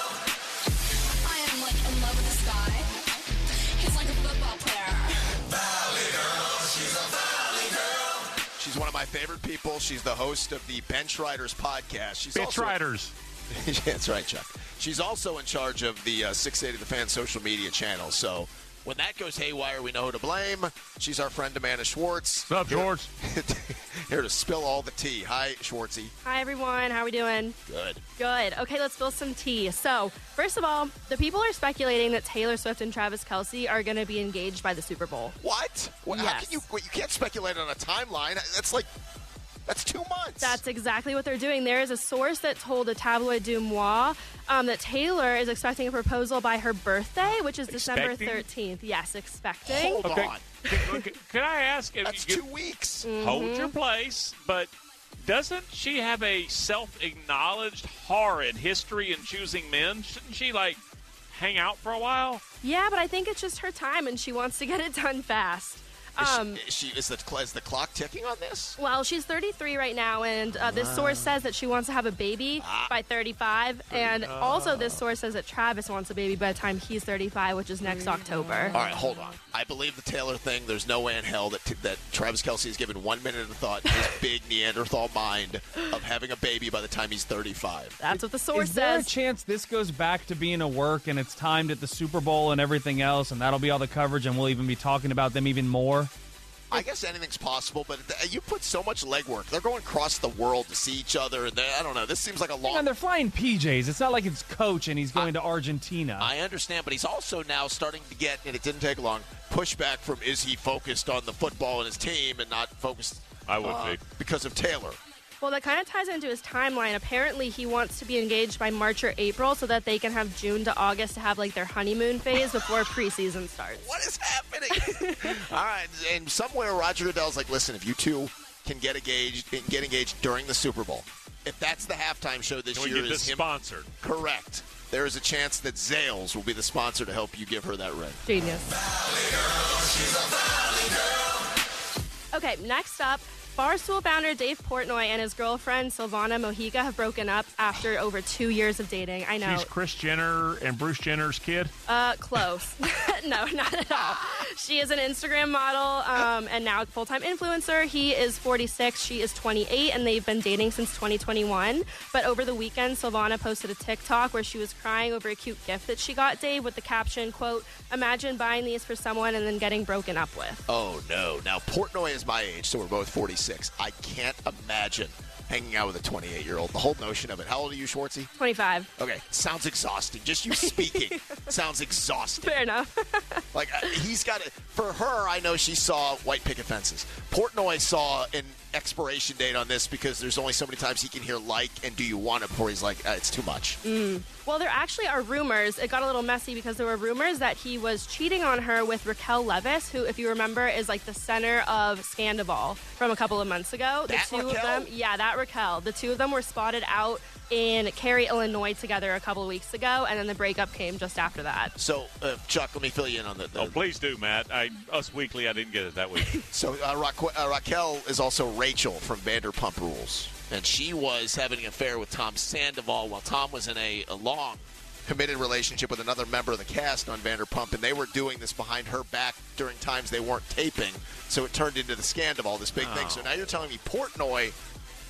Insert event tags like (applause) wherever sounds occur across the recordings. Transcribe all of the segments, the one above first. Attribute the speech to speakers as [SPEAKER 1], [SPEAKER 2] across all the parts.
[SPEAKER 1] I am like in love with this guy. He's like a football player.
[SPEAKER 2] She's one of my favorite people. She's the host of the Bench Riders podcast. She's
[SPEAKER 3] Bitch
[SPEAKER 2] also,
[SPEAKER 3] Riders.
[SPEAKER 2] (laughs) Yeah, That's right, Chuck. She's also in charge of the uh, 680 The Fan social media channel. So when that goes haywire, we know who to blame. She's our friend Amanda Schwartz.
[SPEAKER 3] What's up,
[SPEAKER 2] Here-
[SPEAKER 3] George?
[SPEAKER 2] (laughs) Here to spill all the tea. Hi, Schwartzy.
[SPEAKER 4] Hi everyone, how are we doing?
[SPEAKER 2] Good.
[SPEAKER 4] Good. Okay, let's spill some tea. So, first of all, the people are speculating that Taylor Swift and Travis Kelsey are going to be engaged by the Super Bowl.
[SPEAKER 2] What? what How
[SPEAKER 4] Yes.
[SPEAKER 2] can you? What, you can't speculate on a timeline. That's like that's two months.
[SPEAKER 4] That's exactly what they're doing. There is a source that told the tabloid Du Mois um, that Taylor is expecting a proposal by her birthday, which is December
[SPEAKER 3] Expecting?
[SPEAKER 4] 13th. Yes, expecting.
[SPEAKER 2] hold
[SPEAKER 3] Okay.
[SPEAKER 2] on.
[SPEAKER 3] Can, can- can I ask if
[SPEAKER 2] That's
[SPEAKER 3] you
[SPEAKER 2] two weeks.
[SPEAKER 4] Mm.
[SPEAKER 3] hold your place, but doesn't she have a self-acknowledged horrid history in choosing men? Shouldn't she like hang out for a while?
[SPEAKER 4] Yeah, but I think it's just her time and she wants to get it done fast. Um,
[SPEAKER 2] is, she, is, she, is, the, cl- is the clock ticking on this?
[SPEAKER 4] Well, she's 33 right now, and uh, this source says that she wants to have a baby
[SPEAKER 5] Ah.
[SPEAKER 4] by 35. And also, this source says that Travis wants a baby by the time he's 35, which is next October.
[SPEAKER 2] All right, hold on. I believe the Taylor thing. There's no way in hell that that Travis Kelsey has given one minute of thought
[SPEAKER 5] (laughs)
[SPEAKER 2] in his big Neanderthal mind of having a baby by the time he's 35.
[SPEAKER 4] That's what the source
[SPEAKER 5] Is there a
[SPEAKER 4] says.
[SPEAKER 5] chance this goes back to being a work and it's timed at the Super Bowl and everything else, and that'll be all the coverage, and we'll even be talking about them even more?
[SPEAKER 2] I guess anything's possible, but th- you put so much legwork. They're going across the world to see each other, and they- I don't know. This seems like a
[SPEAKER 5] Hang on,
[SPEAKER 2] long.
[SPEAKER 5] they're flying PJs. It's not like it's coach and he's going to Argentina.
[SPEAKER 2] I understand, but he's also now starting to get, and it didn't take long, pushback from is he focused on the football and his team and not focused
[SPEAKER 3] I would
[SPEAKER 2] Uh,
[SPEAKER 3] be.
[SPEAKER 2] because of Taylor.
[SPEAKER 4] Well, that kind of ties into his timeline. Apparently, he wants to be engaged by March or April so that they can have June to August to have like their honeymoon phase before preseason starts.
[SPEAKER 2] What is happening? (laughs) All right, and somewhere Roger Goodell's like, listen, if you two can get engaged, get engaged during the Super Bowl, if that's the halftime show this
[SPEAKER 3] Can we
[SPEAKER 2] year,
[SPEAKER 3] get this
[SPEAKER 2] is him
[SPEAKER 3] sponsored?
[SPEAKER 2] correct? There is a chance that Zales will be the sponsor to help you give her that ring.
[SPEAKER 4] Genius. Okay, next up, Barstool founder Dave Portnoy and his girlfriend Silvana Mojica have broken up after over two years of dating. I know.
[SPEAKER 3] She's Chris Jenner and Bruce Jenner's kid.
[SPEAKER 4] Uh, close. (laughs) no, not at all. She is an Instagram model um, and now full time influencer. He is 46, she is 28, and they've been dating since 2021. But over the weekend, Silvana posted a TikTok where she was crying over a cute gift that she got Dave with the caption, quote, Imagine buying these for someone and then getting broken up with.
[SPEAKER 2] Oh no! Now Portnoy is my age, so we're both 46. I can't imagine hanging out with a 28-year-old. The whole notion of it. How old are you, Schwartzy?
[SPEAKER 4] 25.
[SPEAKER 2] Okay, sounds exhausting. Just you
[SPEAKER 3] (laughs)
[SPEAKER 2] speaking sounds exhausting.
[SPEAKER 4] Fair enough.
[SPEAKER 2] Like uh, he's got it for her. I know she saw white picket fences. Portnoy saw an expiration date on this because there's only so many times he can hear like and do you want it before he's like uh, it's too much.
[SPEAKER 4] Well, there actually are rumors. It got a little messy because there were rumors that he was cheating on her with Raquel Levis, who, if you remember, is like the center of Scandal from a couple of months ago.
[SPEAKER 2] That
[SPEAKER 4] the two
[SPEAKER 2] Raquel?
[SPEAKER 4] of them, yeah, that Raquel. The two of them were spotted out in Cary, Illinois, together a couple of weeks ago, and then the breakup came just after that.
[SPEAKER 2] So uh, Chuck, let me fill you in on the. the
[SPEAKER 3] Oh, please do, Matt. I Us Weekly, I didn't get it that week.
[SPEAKER 2] so uh, Raque- uh, Raquel is also Rachel from Vanderpump Rules, and she was having an affair with Tom Sandoval while Tom was in a, a long committed relationship with another member of the cast on Vanderpump, and they were doing this behind her back during times they weren't taping. So it turned into the Scandival, this big thing. So now you're telling me Portnoy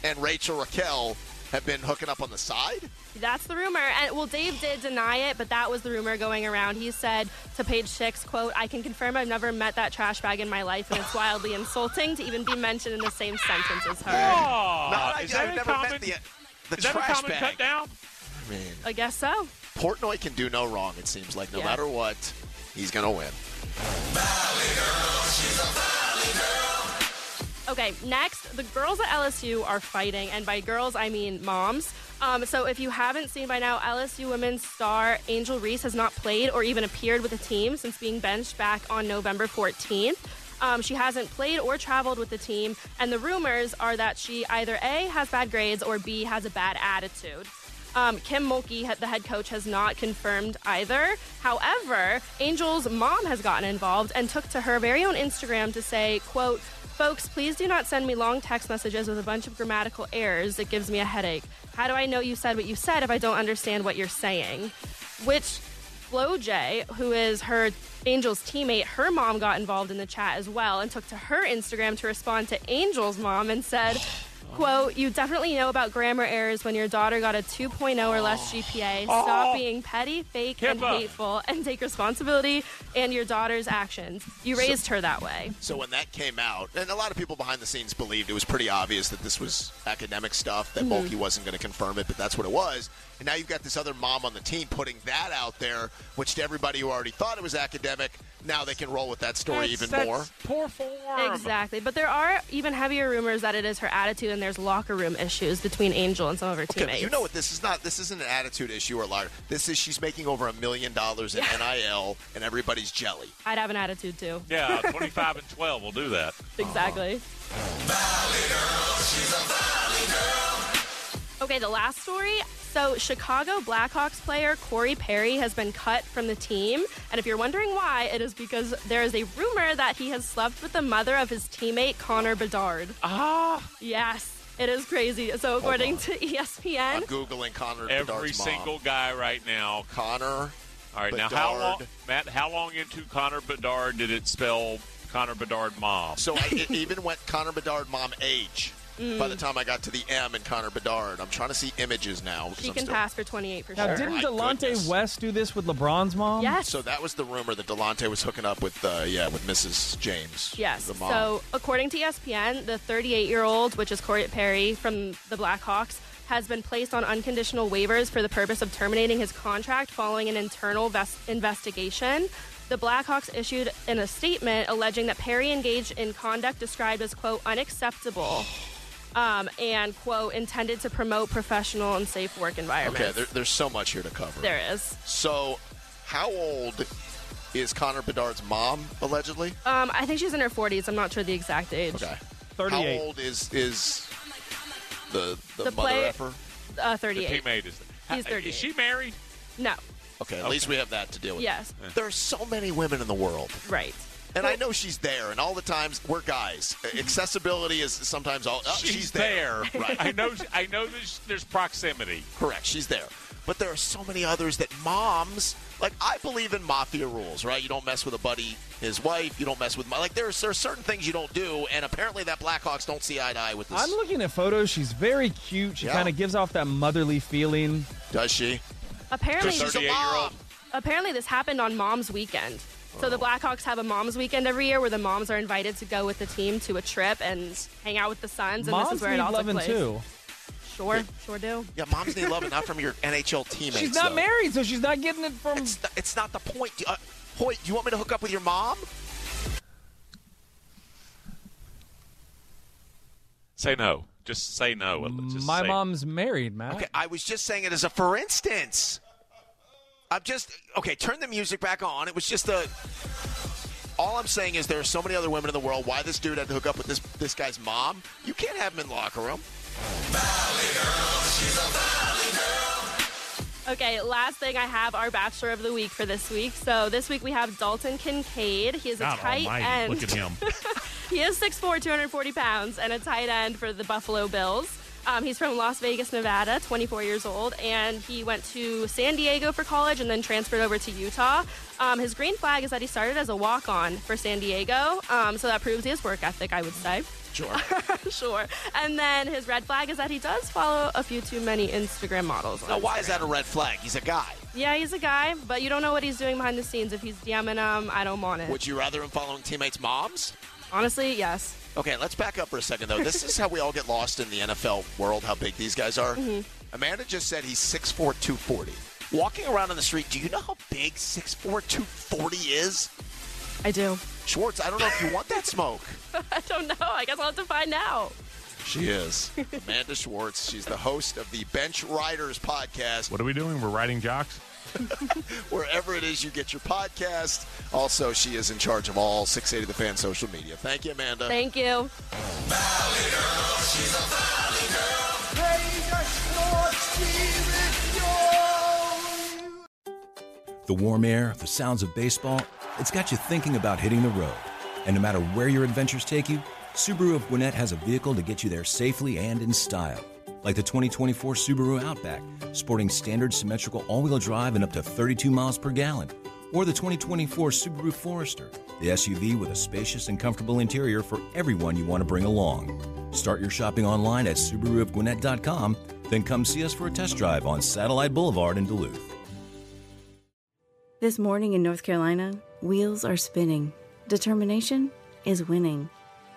[SPEAKER 2] and Rachel Raquel have been hooking up on the side?
[SPEAKER 4] That's the rumor. And well, Dave did deny it, but that was the rumor going around. He said to Page Six, "quote I can confirm I've never met that trash bag in my life, and it's wildly insulting to even be mentioned in the same sentence as her."
[SPEAKER 3] Oh,
[SPEAKER 2] Uh,
[SPEAKER 3] is that a common,
[SPEAKER 2] the uh,
[SPEAKER 3] is that a common cut down?
[SPEAKER 2] I mean,
[SPEAKER 4] I guess so.
[SPEAKER 2] Portnoy can do no wrong, it seems like. No
[SPEAKER 4] Yeah.
[SPEAKER 2] matter what, he's going to win.
[SPEAKER 4] Okay, next, the girls at LSU are fighting, and by girls, I mean moms. Um, so if you haven't seen by now, LSU women's star Angel Reese has not played or even appeared with the team since being benched back on November 14th. Um, she hasn't played or traveled with the team, and the rumors are that she either A, has bad grades, or B, has a bad attitude. Um, Kim Mulkey, he- the head coach, has not confirmed either. However, Angel's mom has gotten involved and took to her very own Instagram to say, quote, Folks, please do not send me long text messages with a bunch of grammatical errors. It gives me a headache. How do I know you said what you said if I don't understand what you're saying? Which Flo J, who is her Angel's teammate, her mom got involved in the chat as well and took to her Instagram to respond to Angel's mom and said, quote, you definitely know about grammar errors when your daughter got a 2.0 or less GPA.
[SPEAKER 2] Oh.
[SPEAKER 4] Stop being petty, fake, and
[SPEAKER 3] HIPAA.
[SPEAKER 4] hateful and take responsibility and your daughter's actions. You raised her that way.
[SPEAKER 2] So when that came out, and a lot of people behind the scenes believed it was pretty obvious that this was academic stuff, that
[SPEAKER 3] Mm-hmm.
[SPEAKER 2] Mulkey wasn't going to confirm it, but that's what it was. And now you've got this other mom on the team putting that out there, which to everybody who already thought it was academic, now they can roll with that story
[SPEAKER 3] That's-
[SPEAKER 2] even
[SPEAKER 3] that's
[SPEAKER 2] more.
[SPEAKER 3] Poor form.
[SPEAKER 4] Exactly. But there are even heavier rumors that it is her attitude and there's locker room issues between Angel and some of her
[SPEAKER 2] Okay,
[SPEAKER 4] teammates.
[SPEAKER 2] but you know what? This is not. This isn't an attitude issue or liar. This is she's making over a million dollars in nil, and everybody's jelly.
[SPEAKER 4] I'd have an attitude too.
[SPEAKER 3] Yeah, 25 and 12 will do that.
[SPEAKER 4] Exactly. Okay, the last story. So, Chicago Blackhawks player Corey Perry has been cut from the team. And if you're wondering why, it is because there is a rumor that he has slept with the mother of his teammate, Connor Bedard.
[SPEAKER 3] Ah,
[SPEAKER 4] Yes, it is crazy. So, according to E
[SPEAKER 2] I'm
[SPEAKER 4] ESPN,
[SPEAKER 2] googling Connor
[SPEAKER 3] every
[SPEAKER 2] (laughs) Bedard's mom.
[SPEAKER 3] single guy right now.
[SPEAKER 2] Connor.
[SPEAKER 3] All right, now how long,
[SPEAKER 2] Bedard.
[SPEAKER 3] Matt? How long into Connor Bedard did it spell Connor Bedard mom?
[SPEAKER 2] So
[SPEAKER 4] (laughs)
[SPEAKER 2] I, it even went Connor Bedard mom age. By
[SPEAKER 4] Mm.
[SPEAKER 2] the time I got to the M in Connor Bedard, I'm trying to see images now. 'cause
[SPEAKER 4] she
[SPEAKER 2] I'm
[SPEAKER 4] can
[SPEAKER 2] still-
[SPEAKER 4] pass for 28 for
[SPEAKER 5] Now,
[SPEAKER 4] sure.
[SPEAKER 5] didn't
[SPEAKER 2] my
[SPEAKER 5] Delonte
[SPEAKER 2] goodness.
[SPEAKER 5] West do this with LeBron's mom?
[SPEAKER 4] Yes.
[SPEAKER 2] (laughs) So that was the rumor that Delonte was hooking up with, uh, yeah, with Mrs. James.
[SPEAKER 4] Yes.
[SPEAKER 2] The mom.
[SPEAKER 4] So, according to E ESPN, the 38 year old, which is Corey Perry from the Blackhawks, has been placed on unconditional waivers for the purpose of terminating his contract following an internal ves- investigation. The Blackhawks issued in a statement alleging that Perry engaged in conduct described as, quote, unacceptable um, and, quote, intended to promote professional and safe work environments.
[SPEAKER 2] okay, there, there's so much here to cover.
[SPEAKER 4] there is.
[SPEAKER 2] So, how old is Connor Bedard's mom allegedly?
[SPEAKER 4] Um, I think she's in her 40s. I'm not sure the exact age.
[SPEAKER 2] Okay.
[SPEAKER 5] 38.
[SPEAKER 2] How old is is the the,
[SPEAKER 4] The
[SPEAKER 2] mother
[SPEAKER 4] player-
[SPEAKER 2] effer?
[SPEAKER 4] Uh,
[SPEAKER 3] The
[SPEAKER 4] 38.
[SPEAKER 3] teammate is.
[SPEAKER 4] He's
[SPEAKER 3] Is she married?
[SPEAKER 4] No.
[SPEAKER 2] Okay, at least we have that to deal with.
[SPEAKER 4] Yes.
[SPEAKER 2] There's so many women in the world.
[SPEAKER 4] Right.
[SPEAKER 2] And I know she's there, and all the times we're guys. Accessibility is sometimes all. uh, she's, there. (laughs)
[SPEAKER 3] Right. I know. I know. There's, there's proximity.
[SPEAKER 2] Correct. She's there. But there are so many others that moms like. I believe in mafia rules, right? You don't mess with a buddy, his wife. You don't mess with my like. There are, there are certain things you don't do, and apparently that Blackhawks don't see eye to eye with this.
[SPEAKER 5] I'm looking at photos. She's very cute. She
[SPEAKER 2] Yeah.
[SPEAKER 5] kind of gives off that motherly feeling.
[SPEAKER 2] Does she?
[SPEAKER 4] Apparently,
[SPEAKER 3] Just
[SPEAKER 2] She's a
[SPEAKER 3] 38 year
[SPEAKER 2] mom.
[SPEAKER 3] old.
[SPEAKER 4] apparently this happened on mom's weekend so the blackhawks have a mom's weekend every year where the moms are invited to go with the team to a trip and hang out with the sons and
[SPEAKER 5] Moms
[SPEAKER 4] this is where
[SPEAKER 5] need
[SPEAKER 4] it all took
[SPEAKER 5] loving
[SPEAKER 4] place
[SPEAKER 5] too.
[SPEAKER 4] sure sure do
[SPEAKER 2] Yeah, moms need love, and not from your NHL teammates.
[SPEAKER 5] She's not
[SPEAKER 2] though.
[SPEAKER 5] married, so she's not getting it from.
[SPEAKER 2] It's not, it's not the point. Do- Uh, Hoyt, do you want me to hook up with your mom?
[SPEAKER 3] Say no. Just say no. Just
[SPEAKER 5] Mm, My
[SPEAKER 3] say-
[SPEAKER 5] mom's married, Matt.
[SPEAKER 2] Okay, I was just saying it as a for instance. I'm just okay. Turn the music back on. It was just a. All I'm saying is there are so many other women in the world. Why this dude had to hook up with this this guy's mom? You can't have him in the locker room.
[SPEAKER 4] okay last thing i have our bachelor of the week for this week so this week we have dalton kincaid he is a tight end (laughs)
[SPEAKER 3] him.
[SPEAKER 4] He is 6'4, 240 pounds, and a tight end for the Buffalo Bills. Um, he's from Las Vegas, Nevada, 24 years old, and he went to San Diego for college and then transferred over to Utah. Um, his green flag is that he started as a walk on for San Diego, um, so that proves his work ethic, I would say.
[SPEAKER 2] Sure.
[SPEAKER 4] (laughs) sure. And then his red flag is that he does follow a few too many Instagram models.
[SPEAKER 2] now, why is that a red flag? He's a guy.
[SPEAKER 4] Yeah, he's a guy, but you don't know what he's doing behind the scenes. If he's DMing them, I don't want it.
[SPEAKER 2] Would you rather him following teammates' moms?
[SPEAKER 4] Honestly, yes.
[SPEAKER 2] Okay, let's back up for a second though. This is how we all get lost in the NFL world. How big these guys are. Amanda just said he's 6'4", 240. Walking around on the street, do you know how big 6'4", 240 is? (laughs)
[SPEAKER 4] I do.
[SPEAKER 2] Schwartz, I don't know if you want that smoke.
[SPEAKER 4] I don't know. I guess I'll have to find out.
[SPEAKER 2] She is. Amanda Schwartz. She's the host of the Bench Riders podcast.
[SPEAKER 6] What are we doing? We're riding jocks.
[SPEAKER 2] wherever it is you get your podcast. Also, she is in charge of all 680 The Fan social media. Thank you, Amanda.
[SPEAKER 4] Thank you.
[SPEAKER 7] The warm air, the sounds of baseball, it's got you thinking about hitting the road. And no matter where your adventures take you, Subaru of Gwinnett has a vehicle to get you there safely and in style. Like the 2024 Subaru Outback, sporting standard symmetrical all wheel drive and up to 32 miles per gallon. Or the 2024 Subaru Forester, the SUV with a spacious and comfortable interior for everyone you want to bring along. Start your shopping online at SubaruofGwinnett.com, then come see us for a test drive on Satellite Boulevard in Duluth.
[SPEAKER 8] This morning in North Carolina, wheels are spinning. Determination is winning.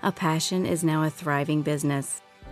[SPEAKER 8] A passion is now a thriving business,